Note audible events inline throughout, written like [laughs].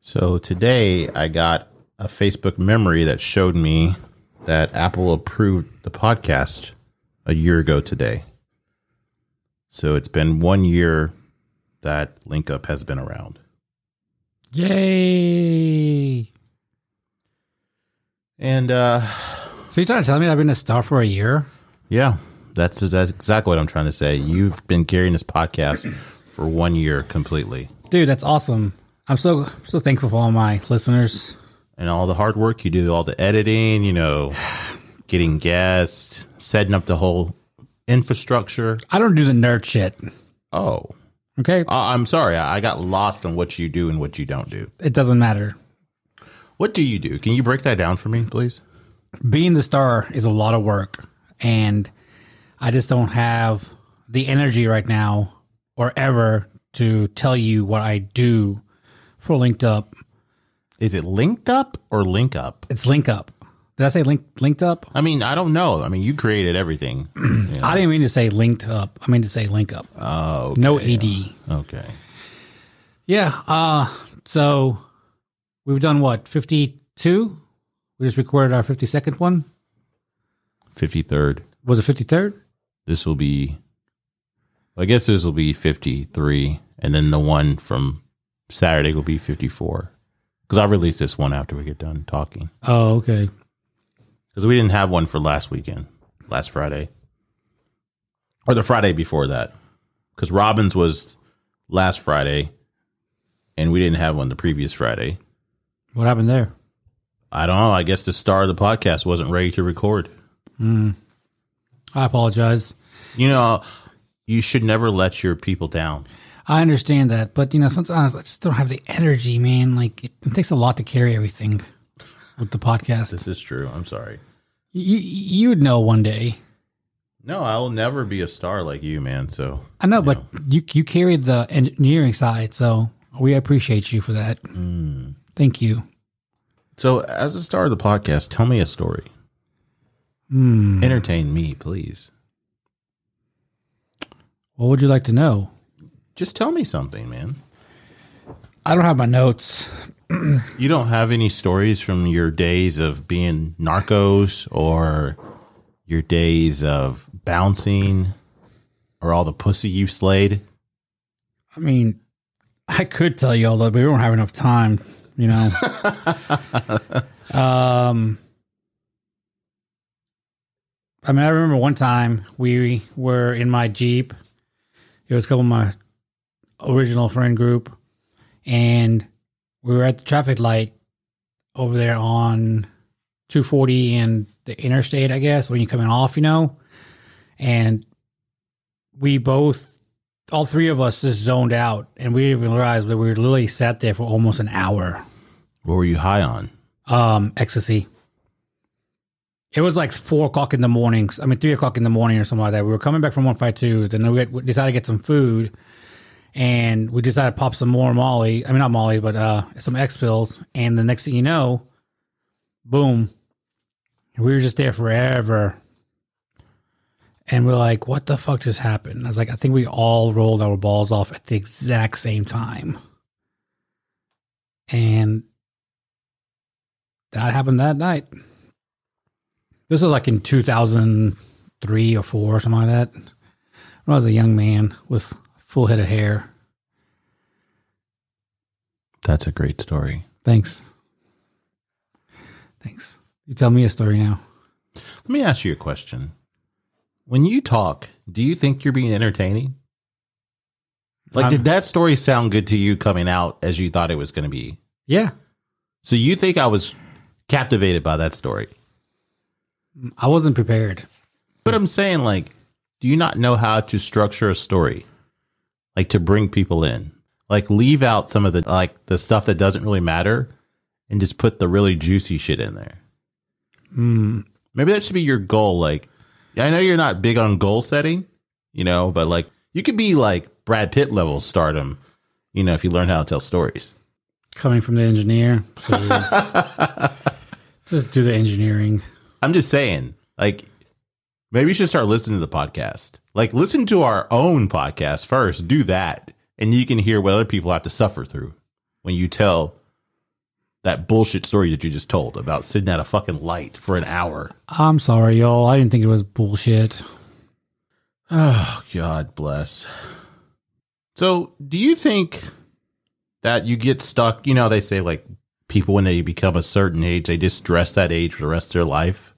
So today I got a Facebook memory that showed me that Apple approved the podcast a year ago today. So it's been one year that Link Up has been around. Yay! And uh, So you're trying to tell me I've been a star for a year? yeah, that's that's exactly what I'm trying to say. You've been carrying this podcast for one year completely. Dude, that's awesome. I'm so so thankful for all my listeners. and all the hard work you do, all the editing, you know, getting guests, setting up the whole infrastructure. I don't do the nerd shit. Oh, Okay? I- I'm sorry. I I got lost on what you do and what you don't do. It doesn't matter. What do you do? Can you break that down for me, please? Being the star is a lot of work and I just don't have the energy right now or ever to tell you what I do for linked up. Is it linked up or link up? It's link up. Did I say link linked up? I mean, I don't know. I mean, you created everything. [clears throat] Yeah. I didn't mean to say linked up. I mean to say link up. Oh, no E AD. okay. Yeah. Uh so we've done what, fifty two? We just recorded our fifty second one. 53rd. Was it fifty third? This will be, I guess this will be 53. And then the one from Saturday will be 54. Because I released this one after we get done talking. Oh, okay. Because we didn't have one for last weekend, last Friday, or the Friday before that. Because Robbins was last Friday, and we didn't have one the previous Friday. What happened there? I don't know. I guess the star of the podcast wasn't ready to record. I apologize. You know, you should never let your people down. I understand that, but you know, sometimes I just don't have the energy, man. Like it, it takes a lot to carry everything with the podcast. This is true. I'm sorry. You you'd know one day. No, I'll never be a star like you, man. So I know, but you you carried the engineering side, so we appreciate you for that. Thank you. So, as a star of the podcast, tell me a story. Entertain me, please. What would you like to know? Just tell me something, man. I don't have my notes. You don't have any stories from your days of being narcos or your days of bouncing or all the pussy you slayed? I mean, I could tell you all that, but we don't have enough time, you know. um, I mean, I remember one time we were in my Jeep. It was a couple of my original friend group, and we were at the traffic light over there on 240 and the interstate, I guess, when you're coming off, you know. And we both all three of us just zoned out and we didn't even realize that we were literally sat there for almost an hour. What were you high on? Um, ecstasy. It was like four o'clock in the morning. I mean, three o'clock in the morning or something like that. We were coming back from 152. Then we, had, we decided to get some food and we decided to pop some more Molly. I mean, not Molly, but uh, some X pills. And the next thing you know, boom, we were just there forever. And we're like, what the fuck just happened? I was like, I think we all rolled our balls off at the exact same time. And that happened that night. This was like in 2003 or four or something like that. When I was a young man with full head of hair. That's a great story. Thanks. Thanks. You tell me a story now. Let me ask you a question. When you talk, do you think you're being entertaining? Like, I'm- did that story sound good to you coming out as you thought it was going to be? Yeah. So you think I was captivated by that story? I wasn't prepared. But I'm saying, like, do you not know how to structure a story, like to bring people in, like leave out some of the like the stuff that doesn't really matter, and just put the really juicy shit in there. Mm, Maybe that should be your goal. Like, I know you're not big on goal setting, you know, but like you could be like Brad Pitt level stardom, you know, if you learn how to tell stories. Coming from the engineer. please. [laughs] Just do the engineering. I'm just saying, like, maybe you should start listening to the podcast. Like, listen to our own podcast first. Do that, and you can hear what other people have to suffer through when you tell that bullshit story that you just told about sitting at a fucking light for an hour. I'm sorry, y'all. I didn't think it was bullshit. Oh, God bless. So, do you think that you get stuck? You know, they say like people when they become a certain age, they just dress that age for the rest of their life.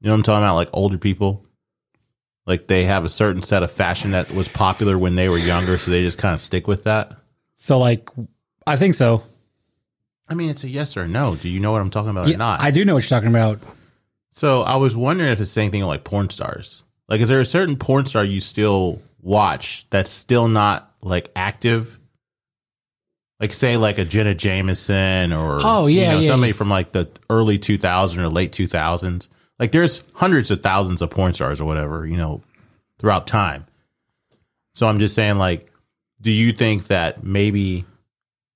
You know what I'm talking about? Like older people, like they have a certain set of fashion that was popular when they were younger, so they just kind of stick with that. So like, I think so. I mean, it's a yes or no. Do you know what I'm talking about Yeah, or not? I do know what you're talking about. So I was wondering if it's the same thing with, like porn stars. Like, is there a certain porn star you still watch that's still not like active? Like, say, like a Jenna Jameson or Oh, yeah, yeah, somebody yeah. from like the early 2000s or late 2000s. Like, there's hundreds of thousands of porn stars or whatever, you know, throughout time. So I'm just saying, like, do you think that maybe,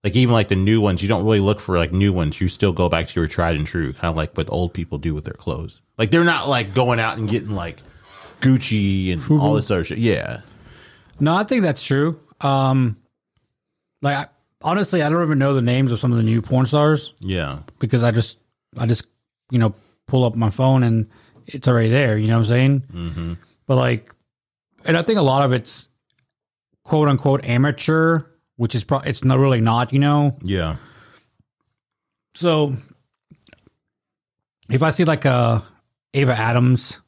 like, even like the new ones, you don't really look for like new ones. You still go back to your tried and true, kind of like what old people do with their clothes. Like, they're not like going out and getting like Gucci and all this other shit. Yeah. No, I think that's true. Um, like I, honestly, I don't even know the names of some of the new porn stars Yeah. because I just, I just, you know, pull up my phone and it's already there. You know what I'm saying? Mm-hmm. But like, and I think a lot of it's quote unquote amateur, which is pro- it's not really not. You know, Yeah. so if I see like uh Ava Adams,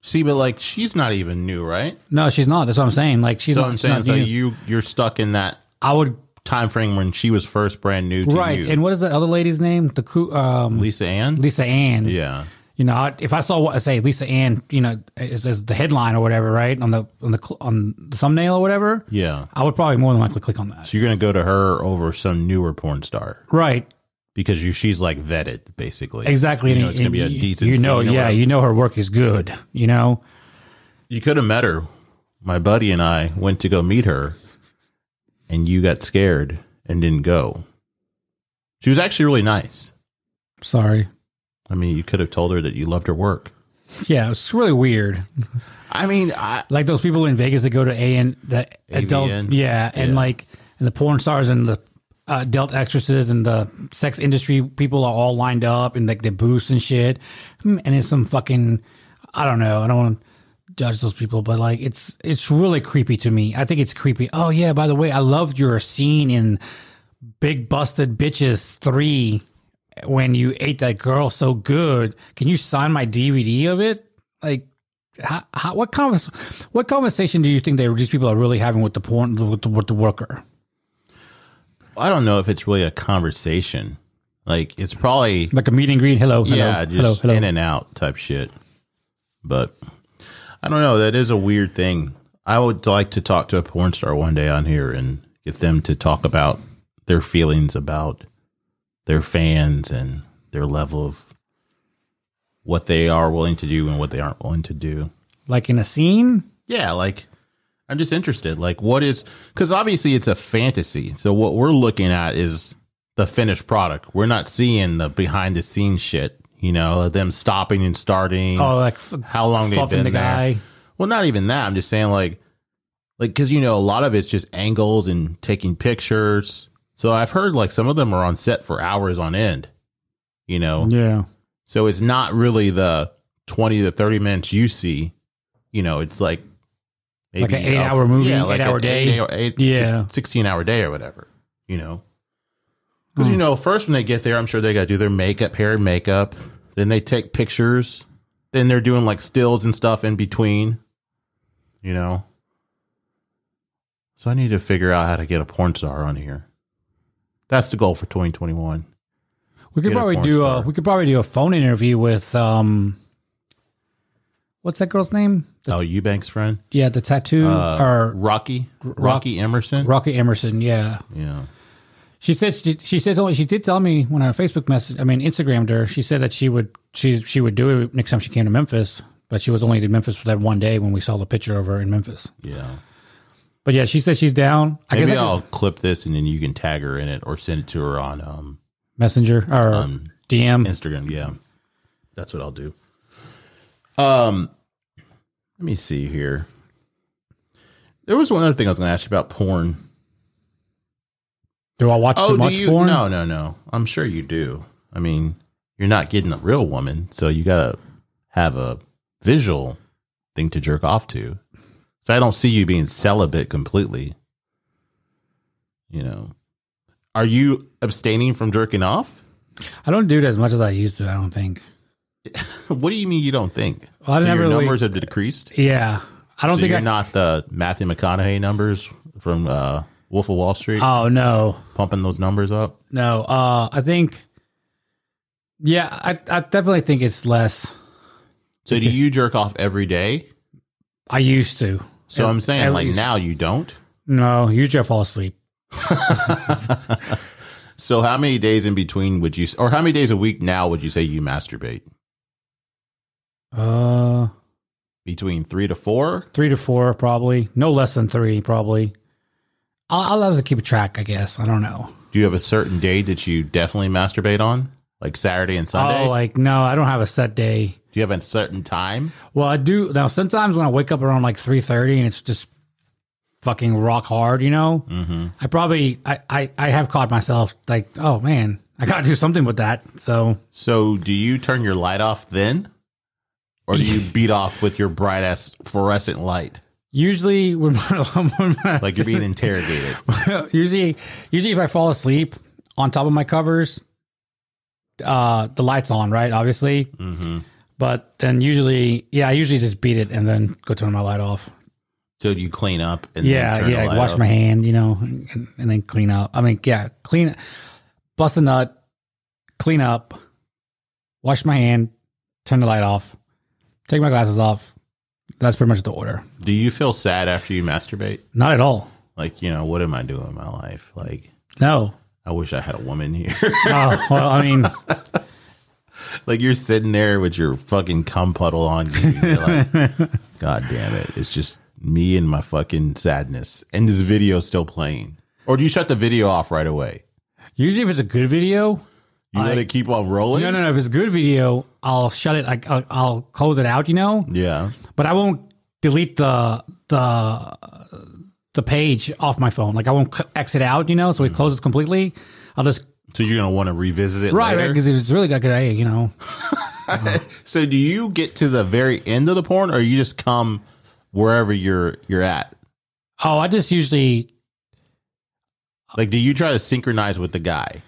See, but like, she's not even new, right? no, she's not. That's what I'm saying. Like she's so not. I'm she's saying, not so new. you you're stuck in that I would time frame when she was first brand new to right. you. And what is that other lady's name? The coo- um, Lisa Ann. Lisa Ann. Yeah. You know, I, if I saw what I say, Lisa Ann, you know, is, is the headline or whatever, right on the on the cl- on the thumbnail or whatever, Yeah. I would probably more than likely click on that. So you're gonna go to her over some newer porn star. Right. because you, she's like vetted basically. Exactly. You know, And- it's gonna and be a you- decent. You know, scene or yeah, whatever. you know her work is good. You know, You could have met her. My buddy and I went to go meet her, and you got scared and didn't go. She was actually really nice. sorry. I mean, you could have told her that you loved her work. Yeah, it's really weird. I mean, I, Like those people in Vegas that go to A and the adult, AVN. yeah, and Yeah. like and the porn stars and the uh, adult actresses and the sex industry people are all lined up and like they boost and shit. Hmm, And it's some fucking, I don't know. I don't want to judge those people, but like it's it's really creepy to me. I think it's creepy. Oh yeah, by the way, I loved your scene in Big Busted Bitches Three when you ate that girl so good. Can you sign my DVD of it? Like, how, how, what convers- what conversation do you think they these people are really having with the porn with the, with the worker? I don't know if it's really a conversation. Like, it's probably Like a meet and greet. Hello, hello, yeah, just hello, hello. in and out type shit. But I don't know. That is a weird thing. I would like to talk to a porn star one day on here and get them to talk about their feelings about their fans and their level of what they are willing to do and what they aren't willing to do. like in a scene. Yeah, like I'm just interested. Like, what is because obviously it's a fantasy. So what we're looking at is the finished product. We're not seeing the behind the scenes shit. You know, them stopping and starting. Oh, like f- how long they've fluffing been the there. guy. Well, not even that. I'm just saying like, like because you know a lot of it's just angles and taking pictures. So I've heard like some of them are on set for hours on end. You know, Yeah, so it's not really the 20 to 30 minutes you see. You know, it's like Like an eight-hour movie, Yeah, like eight-hour an day. eight- eight- Yeah. 16 hour day or whatever, you know. Because, you Hmm. know, first when they get there, I'm sure they got to do their makeup, hair, and makeup. Then they take pictures. Then they're doing like stills and stuff in between, you know. So I need to figure out how to get a porn star on here. That's the goal for 2021. we could Get a probably porn do a star. we could probably do a phone interview with um, what's that girl's name? The- Oh, Eubanks friend? yeah, the tattoo Uh, or Rocky, Rocky Emerson. Rocky Emerson. Yeah, Yeah, She said she, she said only she did tell me when I Facebook message I mean Instagrammed her. She said that she would she she would do it next time she came to Memphis, but she was only to Memphis for that one day when we saw the picture of her in Memphis. yeah. But yeah, she said she's down. I Maybe guess I could- I'll clip this and then you can tag her in it or send it to her on um, messenger or um DM. Instagram. Yeah, that's what I'll do. Um, let me see here. There was one other thing I was going to ask you about porn. Do I watch Oh, too do much you? porn? No, no, no. I'm sure you do. I mean, you're not getting a real woman, so you gotta have a visual thing to jerk off to. So I don't see you being celibate completely. You know, are you abstaining from jerking off? [laughs] I don't do it as much as I used to. I don't think. what do you mean you don't think? Well, I so never your really- numbers have decreased. Yeah, I don't So think you're I. not the Matthew McConaughey numbers from uh, Wolf of Wall Street oh no, pumping those numbers up. no. Uh, I think. Yeah, I, I definitely think it's less. So do you jerk off every day? I used to. So At- I'm saying at like least. now you don't. No, usually I fall asleep. So how many days in between would you, or how many days a week now would you say you masturbate? Uh, Between three to four. three to four probably. No less than three probably. I'll, I'll have to keep track. I guess I don't know. Do you have a certain day that you definitely masturbate on, like Saturday and Sunday? Oh, like no, I don't have a set day. Do you have a certain time? Well, I do now. Sometimes when I wake up around like three thirty and it's just fucking rock hard, you know. Mm-hmm. I probably I, I I have caught myself like, oh man, I got to do something with that. So So do you turn your light off then? Or do you beat off with your bright ass fluorescent light? usually when my, [laughs] when my- Like you're being [laughs] interrogated. usually usually if I fall asleep on top of my covers, uh, the lights on, right? Obviously, hmm but then usually, yeah, I usually just beat it and then go turn my light off. So you clean up and then yeah, turn the yeah. light wash off? my hand, you know, and, and then clean up. I mean, yeah, clean, bust a nut, clean up, wash my hand, turn the light off, take my glasses off. That's pretty much the order. Do you feel sad after you masturbate? Not at all. Like, you know, what am I doing in my life? Like, No. I wish I had a woman here. Oh, [laughs] well, I mean, like you're sitting there with your fucking cum puddle on you. and You're like, [laughs] God damn it. It's just me and my fucking sadness. And this video still playing. Or do you shut the video off right away? usually if it's a good video, You let it keep on rolling? no, no, no. If it's a good video, I'll shut it. I, I'll, I'll close it out, you know, Yeah. but I won't delete the, the, the page off my phone. Like I won't c- exit out, you know, Hmm. so it closes completely. I'll just So you're gonna want to revisit it Right, right, later. because if it's really good, hey, you know, so do you get to the very end of the porn, or you just come wherever you're you're at? oh, I just usually Like, do you try to synchronize with the guy?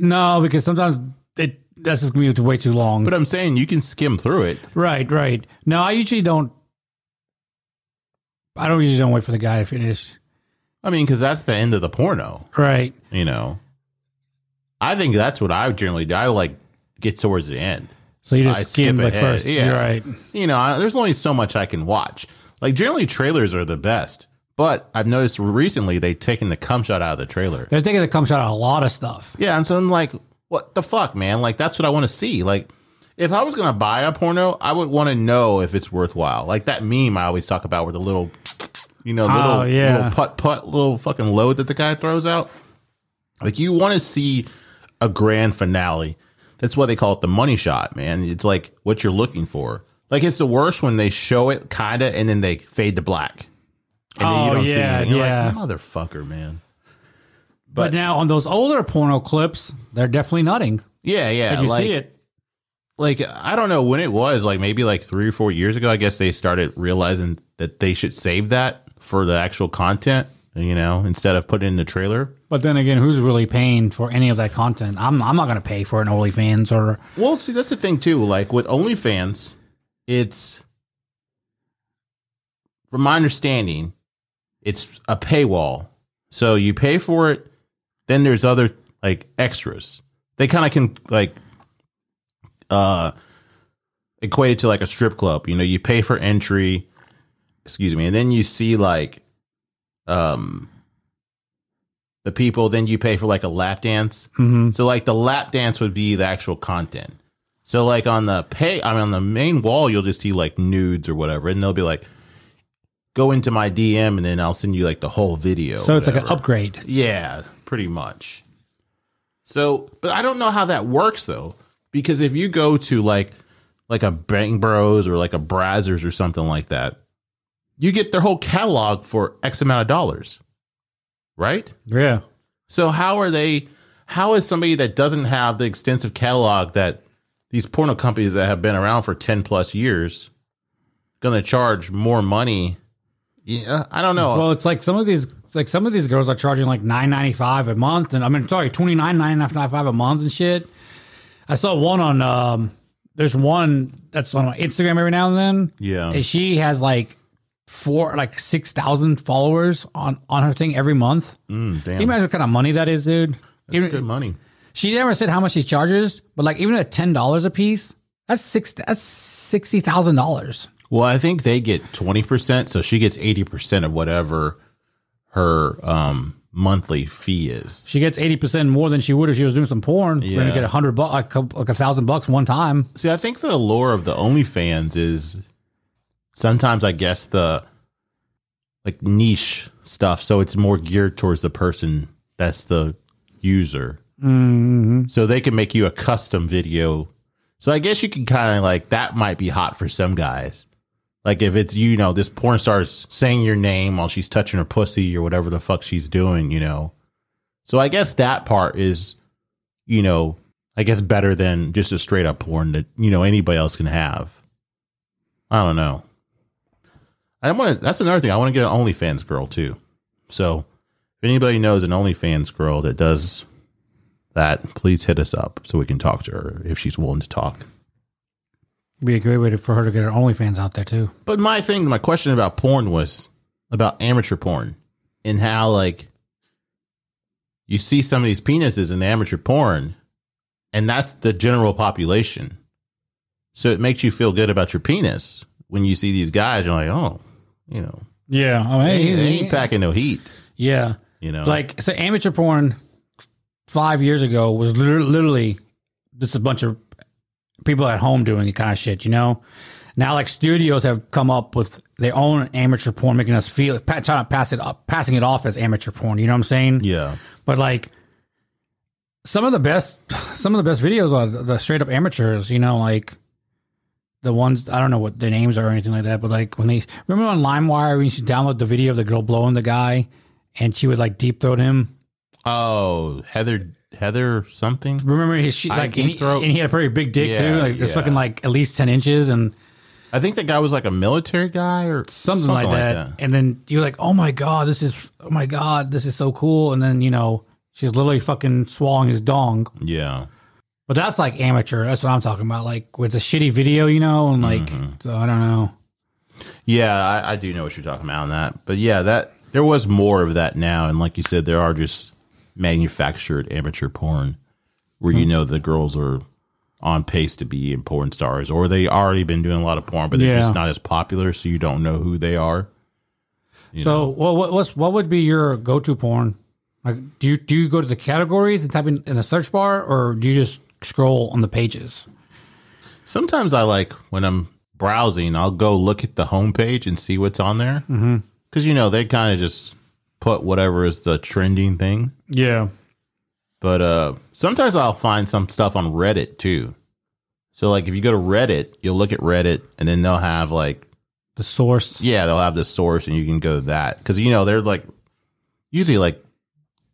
no because sometimes it that's just gonna be way too long. But uh, I'm saying you can skim through it. right, right. No, I usually don't. I don't usually don't wait for the guy to finish. I mean, because that's the end of the porno. Right. You know, I think that's what I generally do. I like get towards the end. So you I just skim skip like ahead, first. yeah. You're right. You know, I, there's only so much I can watch. Like generally, trailers are the best. But I've noticed recently they've taken the cum shot out of the trailer. They're taking the cum shot on a lot of stuff. Yeah, and so I'm like, what the fuck, man? Like that's what I want to see. Like if I was gonna buy a porno, I would want to know if it's worthwhile. Like that meme I always talk about, where the little, you know, little, Oh, yeah. little putt putt, little fucking load that the guy throws out. Like you want to see a grand finale. That's why they call it the money shot, man. It's like what you're looking for. Like it's the worst when they show it kinda and then they fade to black. And then Oh, you don't see yeah, anything. You're yeah. like, motherfucker, man. But, now on those older porno clips, they're definitely nutting. Yeah, yeah. Did you like- see it? like I don't know when it was, like maybe like three or four years ago. I guess they started realizing that they should save that for the actual content, you know, instead of putting it in the trailer. But then again, who's really paying for any of that content? I'm I'm not gonna pay for an OnlyFans or Well, see, that's the thing too. Like with OnlyFans, it's from my understanding, it's a paywall. So you pay for it, then there's other like extras. They kind of can like uh equate it to like a strip club. You know, you pay for entry, excuse me, and then you see like um the people, then you pay for like a lap dance. Mhm. So like the lap dance would be the actual content. So like on the pay, I mean on the main wall, you'll just see like nudes or whatever, and they'll be like, "Go into my DM, and then I'll send you like the whole video." so or it's like an Oh, whatever. upgrade. Yeah, pretty much. So, but I don't know how that works though, because if you go to like like a Bang Bros or like a Brazzers or something like that, you get their whole catalog for X amount of dollars, right? Yeah. So how are they? How is somebody that doesn't have the extensive catalog that these porno companies that have been around for ten plus years going to charge more money? Yeah, I don't know. Well, it's like some of these like some of these girls are charging like nine ninety five a month, and I mean sorry twenty nine nine ninety five a month and shit. I saw one on um, there's one that's on Instagram every now and then. Yeah. and she has like four like six thousand followers on on her thing every month. Mm, damn, Can you imagine what kind of money that is, dude? that's Even- good money. She never said how much she charges, but like even at ten dollars a piece, that's six. That's sixty thousand dollars. Well, I think they get twenty percent, so she gets eighty percent of whatever her um, monthly fee is. She gets eighty percent more than she would if she was doing some porn. Yeah. We're Yeah. gonna get a hundred bucks, like, a- like a thousand bucks one time. See, I think the allure of the OnlyFans is sometimes, I guess, the like niche stuff. So it's more geared towards the person that's the user. Mm-hmm. So they can make you a custom video. So I guess you can kind of like that might be hot for some guys. Like if it's you know this porn star's saying your name while she's touching her pussy or whatever the fuck she's doing, you know. So I guess that part is, you know, I guess better than just a straight up porn that you know anybody else can have. I don't know. I want to. That's another thing. I want to get an OnlyFans girl too. So if anybody knows an OnlyFans girl that does that, please hit us up so we can talk to her if she's willing to talk. Be a great way to, for her to get her OnlyFans out there too. But my thing, my question about porn was about amateur porn and how like you see some of these penises in amateur porn, and that's the general population. So it makes you feel good about your penis when you see these guys. You're like, oh, you know, Yeah, they I ain't, they ain't packing no heat. yeah. You know, Like so, amateur porn five years ago was liter- literally just a bunch of people at home doing it kind of shit. You know. Now, like studios have come up with their own amateur porn, making us feel pa- trying to pass it up, passing it off as amateur porn. You know what I'm saying? yeah, But like some of the best, some of the best videos are the- the straight up amateurs. You know, like the ones I don't know what their names are or anything like that. But like when they remember on LimeWire, when you should download the video of the girl blowing the guy, and she would like deep throat him. oh, Heather, Heather something. Remember his she I like and he, deep throat? and he had a pretty big dick too. Yeah, Like it's yeah. fucking like at least ten inches and. I think that guy was like a military guy or something, like, that. And then you're like, oh my god, this is oh my god, this is so cool. And then you know she's literally fucking swallowing his dong. Yeah. But that's like amateur. That's what I'm talking about. Like with a shitty video, you know, and like so I don't know. Yeah, I, I do know what you're talking about on that. But yeah, that there was more of that now, and like you said, there are just manufactured amateur porn where you know the girls are on pace to be in porn stars, or they already been doing a lot of porn, but they're Yeah. just not as popular, so you don't know who they are. so well, what what's, what would be your go to porn? Like, do you do you go to the categories and type in in the search bar, or do you just scroll on the pages? Sometimes I like when I'm browsing, I'll go look at the homepage and see what's on there because you know they kind of just put whatever is the trending thing. Yeah. But uh, sometimes I'll find some stuff on Reddit too. So like if you go to Reddit, you'll look at Reddit, and then they'll have like The source. yeah, they'll have the source, and you can go to that because you know they're like usually like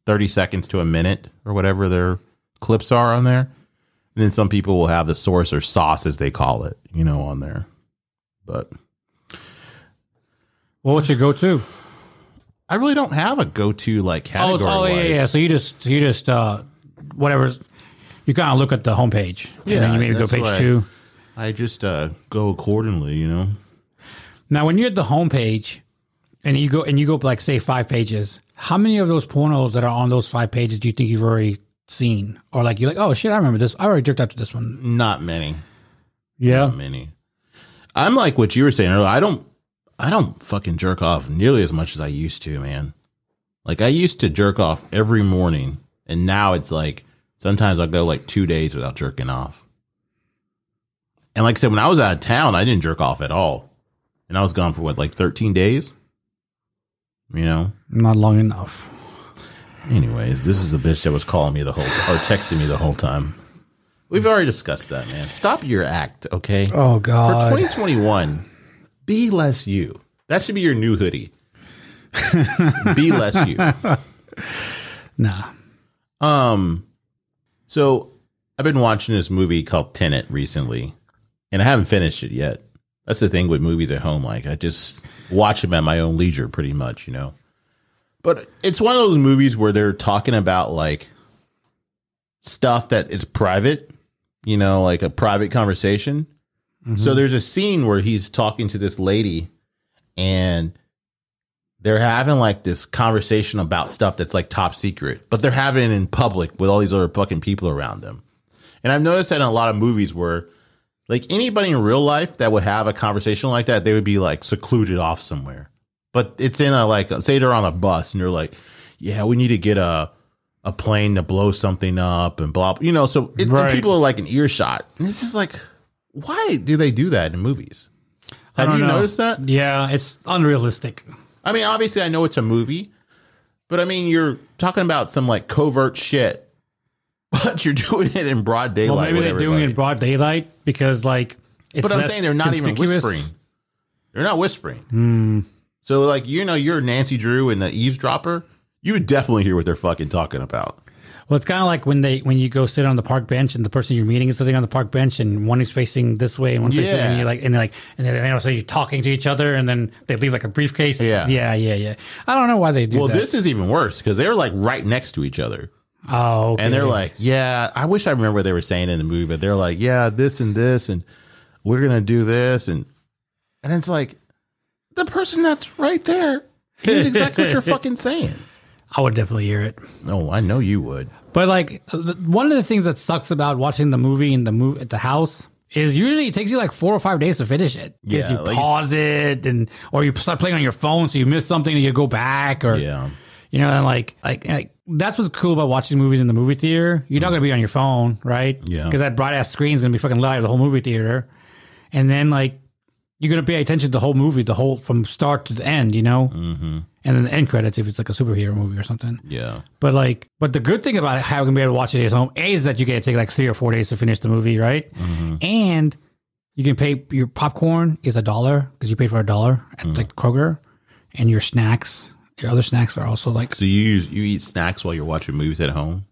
thirty seconds to a minute or whatever their clips are on there, and then some people will have the source or sauce as they call it, you know, on there. But Well, what's your go to? I really don't have a go-to like Oh, category. oh yeah, yeah. So you just so you just uh, whatever's you kind of look at the homepage. Yeah, and then you maybe go that's page what I- two. I just uh, go accordingly, you know. Now, when you're at the homepage and you go and you go up, like say five pages, how many of those pornos that are on those five pages do you think you've already seen, or like you're like, oh shit, I remember this. I already jerked out to this one. Not many. Yeah, many. I'm like what you were saying earlier. I don't I don't fucking jerk off nearly as much as I used to, man. Like I used to jerk off every morning and now it's like sometimes I'll go like two days without jerking off. And like I said, when I was out of town, I didn't jerk off at all. And I was gone for what, like thirteen days? You know? not long enough. Anyways, this is the bitch that was calling me the whole or texting me the whole time. We've already discussed that, man. Stop your act, okay? Oh For god, 2021, be less you. That should be your new hoodie. be less you. nah. Um, so I've been watching this movie called Tenet recently, and I haven't finished it yet. That's the thing with movies at home; like I just watch them at my own leisure, pretty much, you know. But it's one of those movies where they're talking about like stuff that is private, you know, like a private conversation. So there's a scene where he's talking to this lady, and they're having like this conversation about stuff that's like top secret, but they're having it in public with all these other fucking people around them. And I've noticed that in a lot of movies where like anybody in real life that would have a conversation like that, they would be like secluded off somewhere. But it's in a like say they're on a bus and they're like, Yeah, we need to get a a plane to blow something up and blah you know, so it, and Right. people are like an earshot. And it's just like why do they do that in movies? I Have don't you know. noticed that? Yeah, it's unrealistic. I mean, obviously, I know it's a movie, but I mean, you're talking about some like covert shit, [laughs] but you're doing it in broad daylight. Well, maybe with they're doing it in everybody. broad daylight because, like, it's but I'm less saying they're not even conspicuous. Hmm. whispering. They're not whispering. So, like, you know, you're Nancy Drew and the eavesdropper. You would definitely hear what they're fucking talking about. Well, it's kind of like when they when you go sit on the park bench and the person you're meeting is sitting on the park bench and one is facing this way and one facing Yeah. and you're like and like and then they also you're talking to each other and then they leave like a briefcase. Yeah. yeah, yeah, yeah. I don't know why they do Well, that. this is even worse because they're like right next to each other. oh, okay. And they're like, yeah, I wish I remember what they were saying in the movie, but they're like, yeah, this and this, and we're gonna do this, and and it's like the person that's right there hears exactly [laughs] what you're fucking saying. I would definitely hear it. No, I know you would. But like th- one of the things that sucks about watching the movie in the move at the house is usually it takes you like four or five days to finish it. 'Cause Yeah, you like- pause it and or you start playing on your phone, so you miss something and you go back or Yeah, you know, and like like like that's what's cool about watching movies in the movie theater. You're not gonna be on your phone, right? Yeah. because that bright ass screen's gonna be fucking light the whole movie theater, and then like you're gonna pay attention to the whole movie, the whole from start to the end, you know, mm-hmm. and then the end credits if it's like a superhero movie or something. yeah, But like, but the good thing about having been able to watch it at home A, is that you get to take like three or four days to finish the movie, right? And you can pay your popcorn is a dollar because you pay for a dollar at like Kroger, and your snacks, your other snacks are also like. So you use, you eat snacks while you're watching movies at home.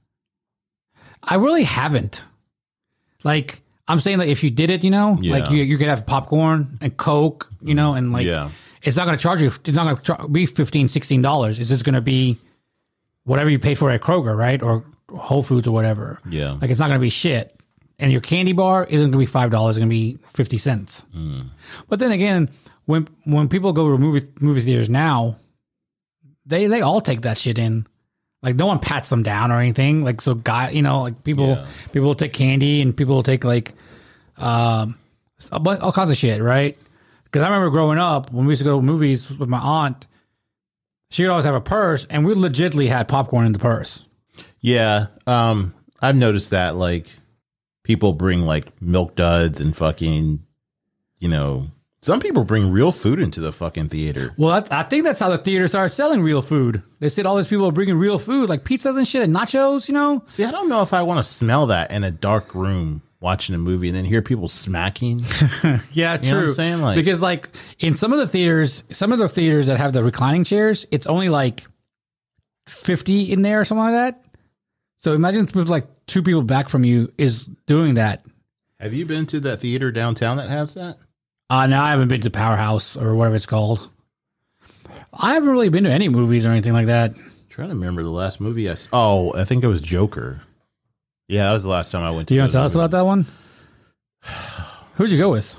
I really haven't. Like I'm saying, like if you did it, you know, Yeah. like you you could have popcorn and Coke, you know, and like Yeah. it's not going to charge you. It's not going to char- be 15 dollars. It's just going to be whatever you pay for at Kroger, right, or Whole Foods or whatever. Yeah. like it's not going to be shit. And your candy bar isn't going to be five dollars. It's going to be fifty cents. Mm. But then again, when when people go to movie movie theaters now, they they all take that shit in. Like no one pats them down or anything. Like so, guy, you know, like people Yeah. people will take candy and people will take like um, a bu- all kinds of shit, right? Because I remember growing up when we used to go to movies with my aunt, she would always have a purse, and we legitly had popcorn in the purse. Yeah, um, I've noticed that like people bring like milk duds and fucking, you know, some people bring real food into the fucking theater. Well, that, I think that's how the theaters are selling real food. They said all these people are bringing real food, like pizzas and shit, and nachos. You know, See, I don't know if I want to smell that in a dark room watching a movie and then hear people [laughs] smacking. [laughs] Yeah, true. know what I'm saying? Like- because like in some of the theaters, some of the theaters that have the reclining chairs, it's only like fifty in there or something like that. So imagine if, like two people back from you is doing that. Have you been to that theater downtown that has that? Uh now I haven't been to Powerhouse or whatever it's called. I haven't really been to any movies or anything like that. trying to remember the last movie I s- Oh, I think it was Joker. Yeah, that was the last time I went Do you want to tell us about that one? [sighs] Who'd you go with?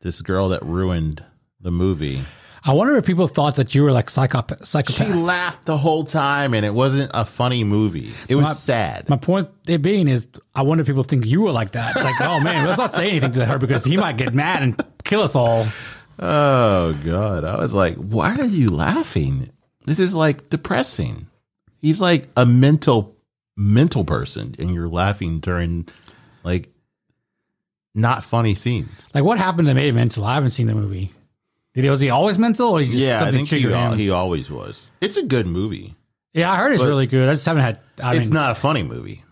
this girl that ruined the movie. I wonder if people thought that you were like psychop- She [laughs] psychopath. laughed the whole time and it wasn't a funny movie. It was sad. My point it being is, I wonder if people think you were like that. It's like, oh man, let's not say anything to her because he might get mad and kill us all. oh god. I was like, "Why are you laughing? This is like depressing." He's like a mental mental person and you're laughing during like not funny scenes. Like, what happened that made him mental? I haven't seen the movie. Did he, was he always mental, or he just Yeah, I something think he, triggered him? al- he always was. It's a good movie. yeah, I heard it's really good. I just haven't had. I It's mean, not a funny movie.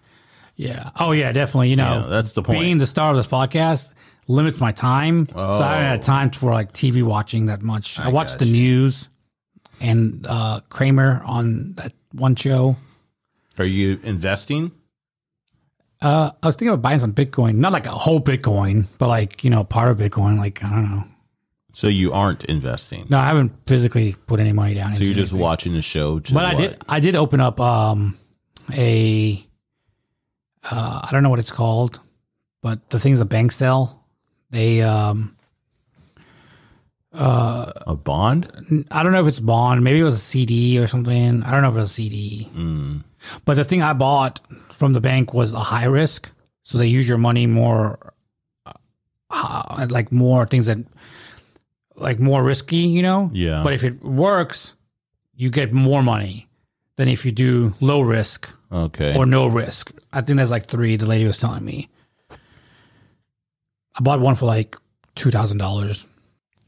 yeah. Oh yeah, definitely. You know, Yeah, that's the point. Being the star of this podcast limits my time, so I haven't Oh. had time for like TV watching that much. I, watched the news and uh Kramer on that one show. Are you investing? Uh, I was thinking of buying some Bitcoin, not like a whole Bitcoin, but like you know part of Bitcoin. Like I don't know. So you aren't investing. No, I haven't physically put any money down. so into you're just anything. watching the show. To But I what? did. I did open up um a. Uh, I don't know what it's called, but the things the banks sell, they um a bond. I don't know if it's bond, maybe it was a CD or something. I don't know if it was a CD. But the thing I bought from the bank was a high risk, so they use your money more, uh, like more things that, like more risky, you know. Yeah. But if it works, you get more money than if you do low risk Okay. or no risk. I think there's like three. The lady was telling me. I bought one for like two thousand dollars.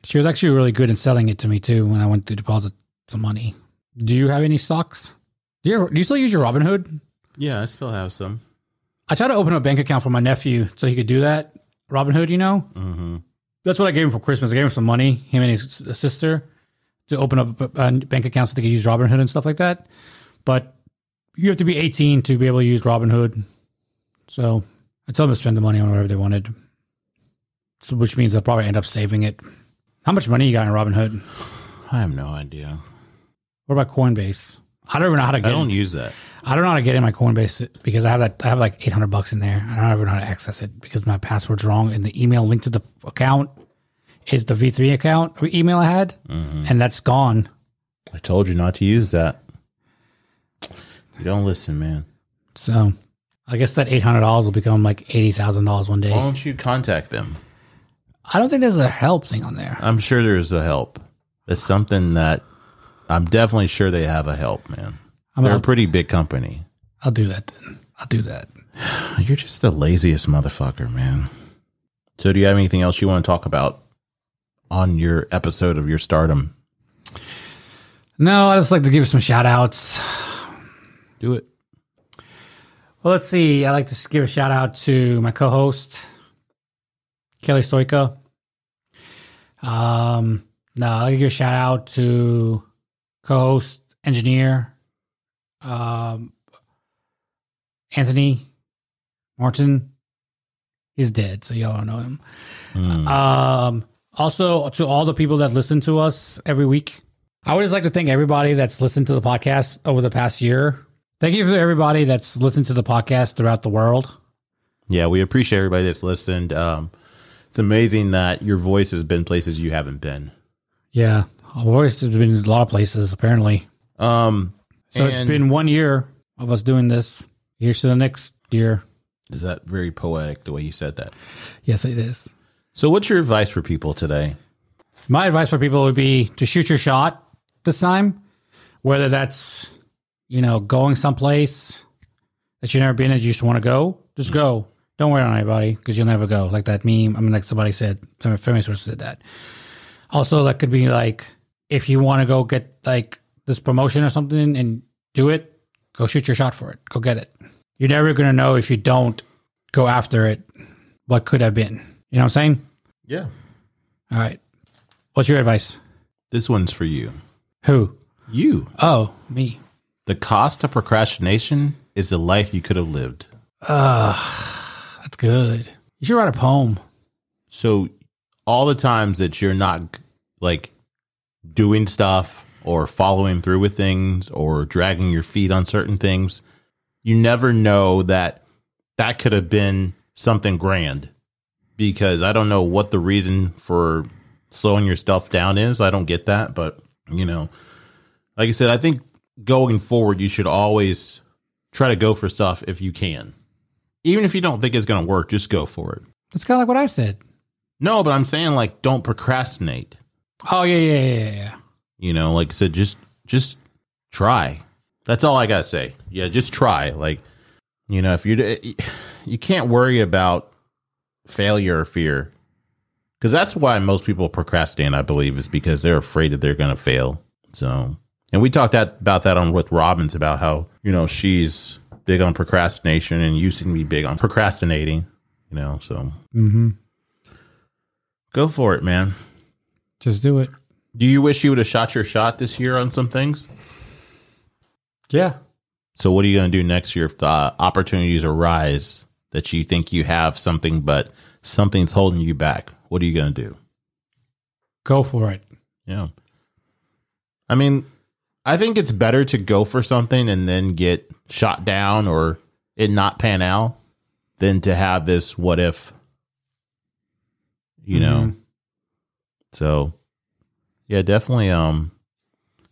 She was actually really good in selling it to me too when I went to deposit some money. Do you have any stocks? Do you ever, do you still use your Robinhood? yeah, I still have some. I tried to open a bank account for my nephew so he could do that. Robinhood, you know, hmm that's what I gave him for Christmas. I gave him some money, him and his s- sister, to open up a, a bank account so they could use Robinhood and stuff like that. But you have to be 18 to be able to use Robinhood. So I told them to spend the money on whatever they wanted, so, which means they'll probably end up saving it. How much money you got in Robinhood? I have no idea. What about Coinbase? I don't even know how to I get. don't use that. I don't know how to get in my Coinbase because I have that. I have like 800 bucks in there. I don't even know how to access it because my password's wrong and the email linked to the account is the V3 account or email I had, and that's gone. I told you not to use that. You don't listen, man. So I guess that 800 dollars will become like 80,000 dollars one day. Why don't you contact them? I don't think there's a help thing on there. I'm sure there's a help. It's something that I'm definitely sure they have a help, man. I'm They're a I'll, pretty big company. I'll do that. Then. I'll do that. You're just the laziest motherfucker, man. So, do you have anything else you want to talk about on your episode of your stardom? No, I just like to give some shout outs. Do it. Well, let's see. I'd like to give a shout out to my co host, Kelly Stoika. Um, no, I'd like to give a shout out to co host, engineer, um, Anthony Martin. He's dead, so y'all don't know him. Mm. Um, also, to all the people that listen to us every week, I would just like to thank everybody that's listened to the podcast over the past year. Thank you for everybody that's listened to the podcast throughout the world. Yeah, we appreciate everybody that's listened. Um, it's amazing that your voice has been places you haven't been. Yeah, our voice has been in a lot of places apparently. Um, So it's and- been one year of us doing this. Here's to the next year. Is that very poetic the way you said that? Yes, it is. So, what's your advice for people today? My advice for people would be to shoot your shot this time, whether that's, you know, going someplace that you've never been and you just want to go, just go. Don't wait on anybody because you'll never go. Like that meme. I mean, like somebody said, some famous person said that. Also, that could be like, if you want to go get like this promotion or something and do it, go shoot your shot for it. Go get it. You're never going to know if you don't go after it what could have been. You know what I'm saying? Yeah, All right. What's your advice? this one's for you. Who? You. Oh, me. The cost of procrastination is the life you could have lived. That's good. You should write a poem. So, all the times that you're not like doing stuff or following through with things or dragging your feet on certain things, you never know that that could have been something grand because I don't know what the reason for slowing your stuff down is. I don't get that, but you know, like I said, I think going forward, you should always try to go for stuff if you can. Even if you don't think it's going to work, just go for it. That's kind of like what I said. No, but I'm saying like don't procrastinate. Oh, yeah, yeah, yeah, yeah, yeah. You know, like I said, just just try. That's all I gotta say. Yeah, just try. Like, you know, if you you can't worry about failure or fear, because that's why most people procrastinate. I believe is because they're afraid that they're gonna fail. So, and we talked that about that on with Robbins about how you know she's big on procrastination and you seem to be big on procrastinating. You know, so Mm-hmm. go for it, man. Just do it. Do you wish you would have shot your shot this year on some things? Yeah. So what are you going to do next year if the opportunities arise that you think you have something, but something's holding you back? What are you going to do? Go for it. Yeah. I mean, I think it's better to go for something and then get shot down or it not pan out than to have this what if, you know. So, yeah, definitely um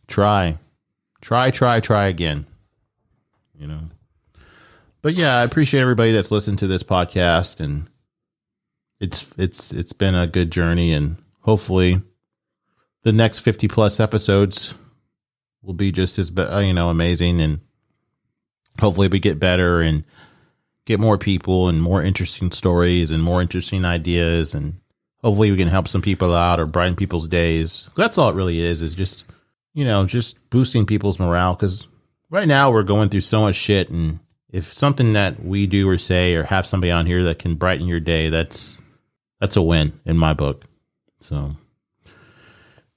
try try try try again. You know. But yeah, I appreciate everybody that's listened to this podcast and it's it's it's been a good journey and hopefully the next 50 plus episodes will be just as be- uh, you know amazing and hopefully we get better and get more people and more interesting stories and more interesting ideas and hopefully we can help some people out or brighten people's days that's all it really is is just you know just boosting people's morale because right now we're going through so much shit and if something that we do or say or have somebody on here that can brighten your day that's that's a win in my book so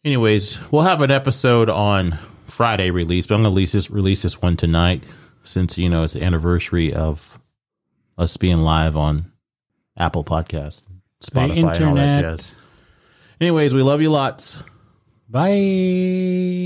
anyways, we'll have an episode on Friday release, but I'm gonna release this release this one tonight since you know it's the anniversary of us being live on Apple Podcast, Spotify, and all that internet. jazz. Anyways, we love you lots. Bye.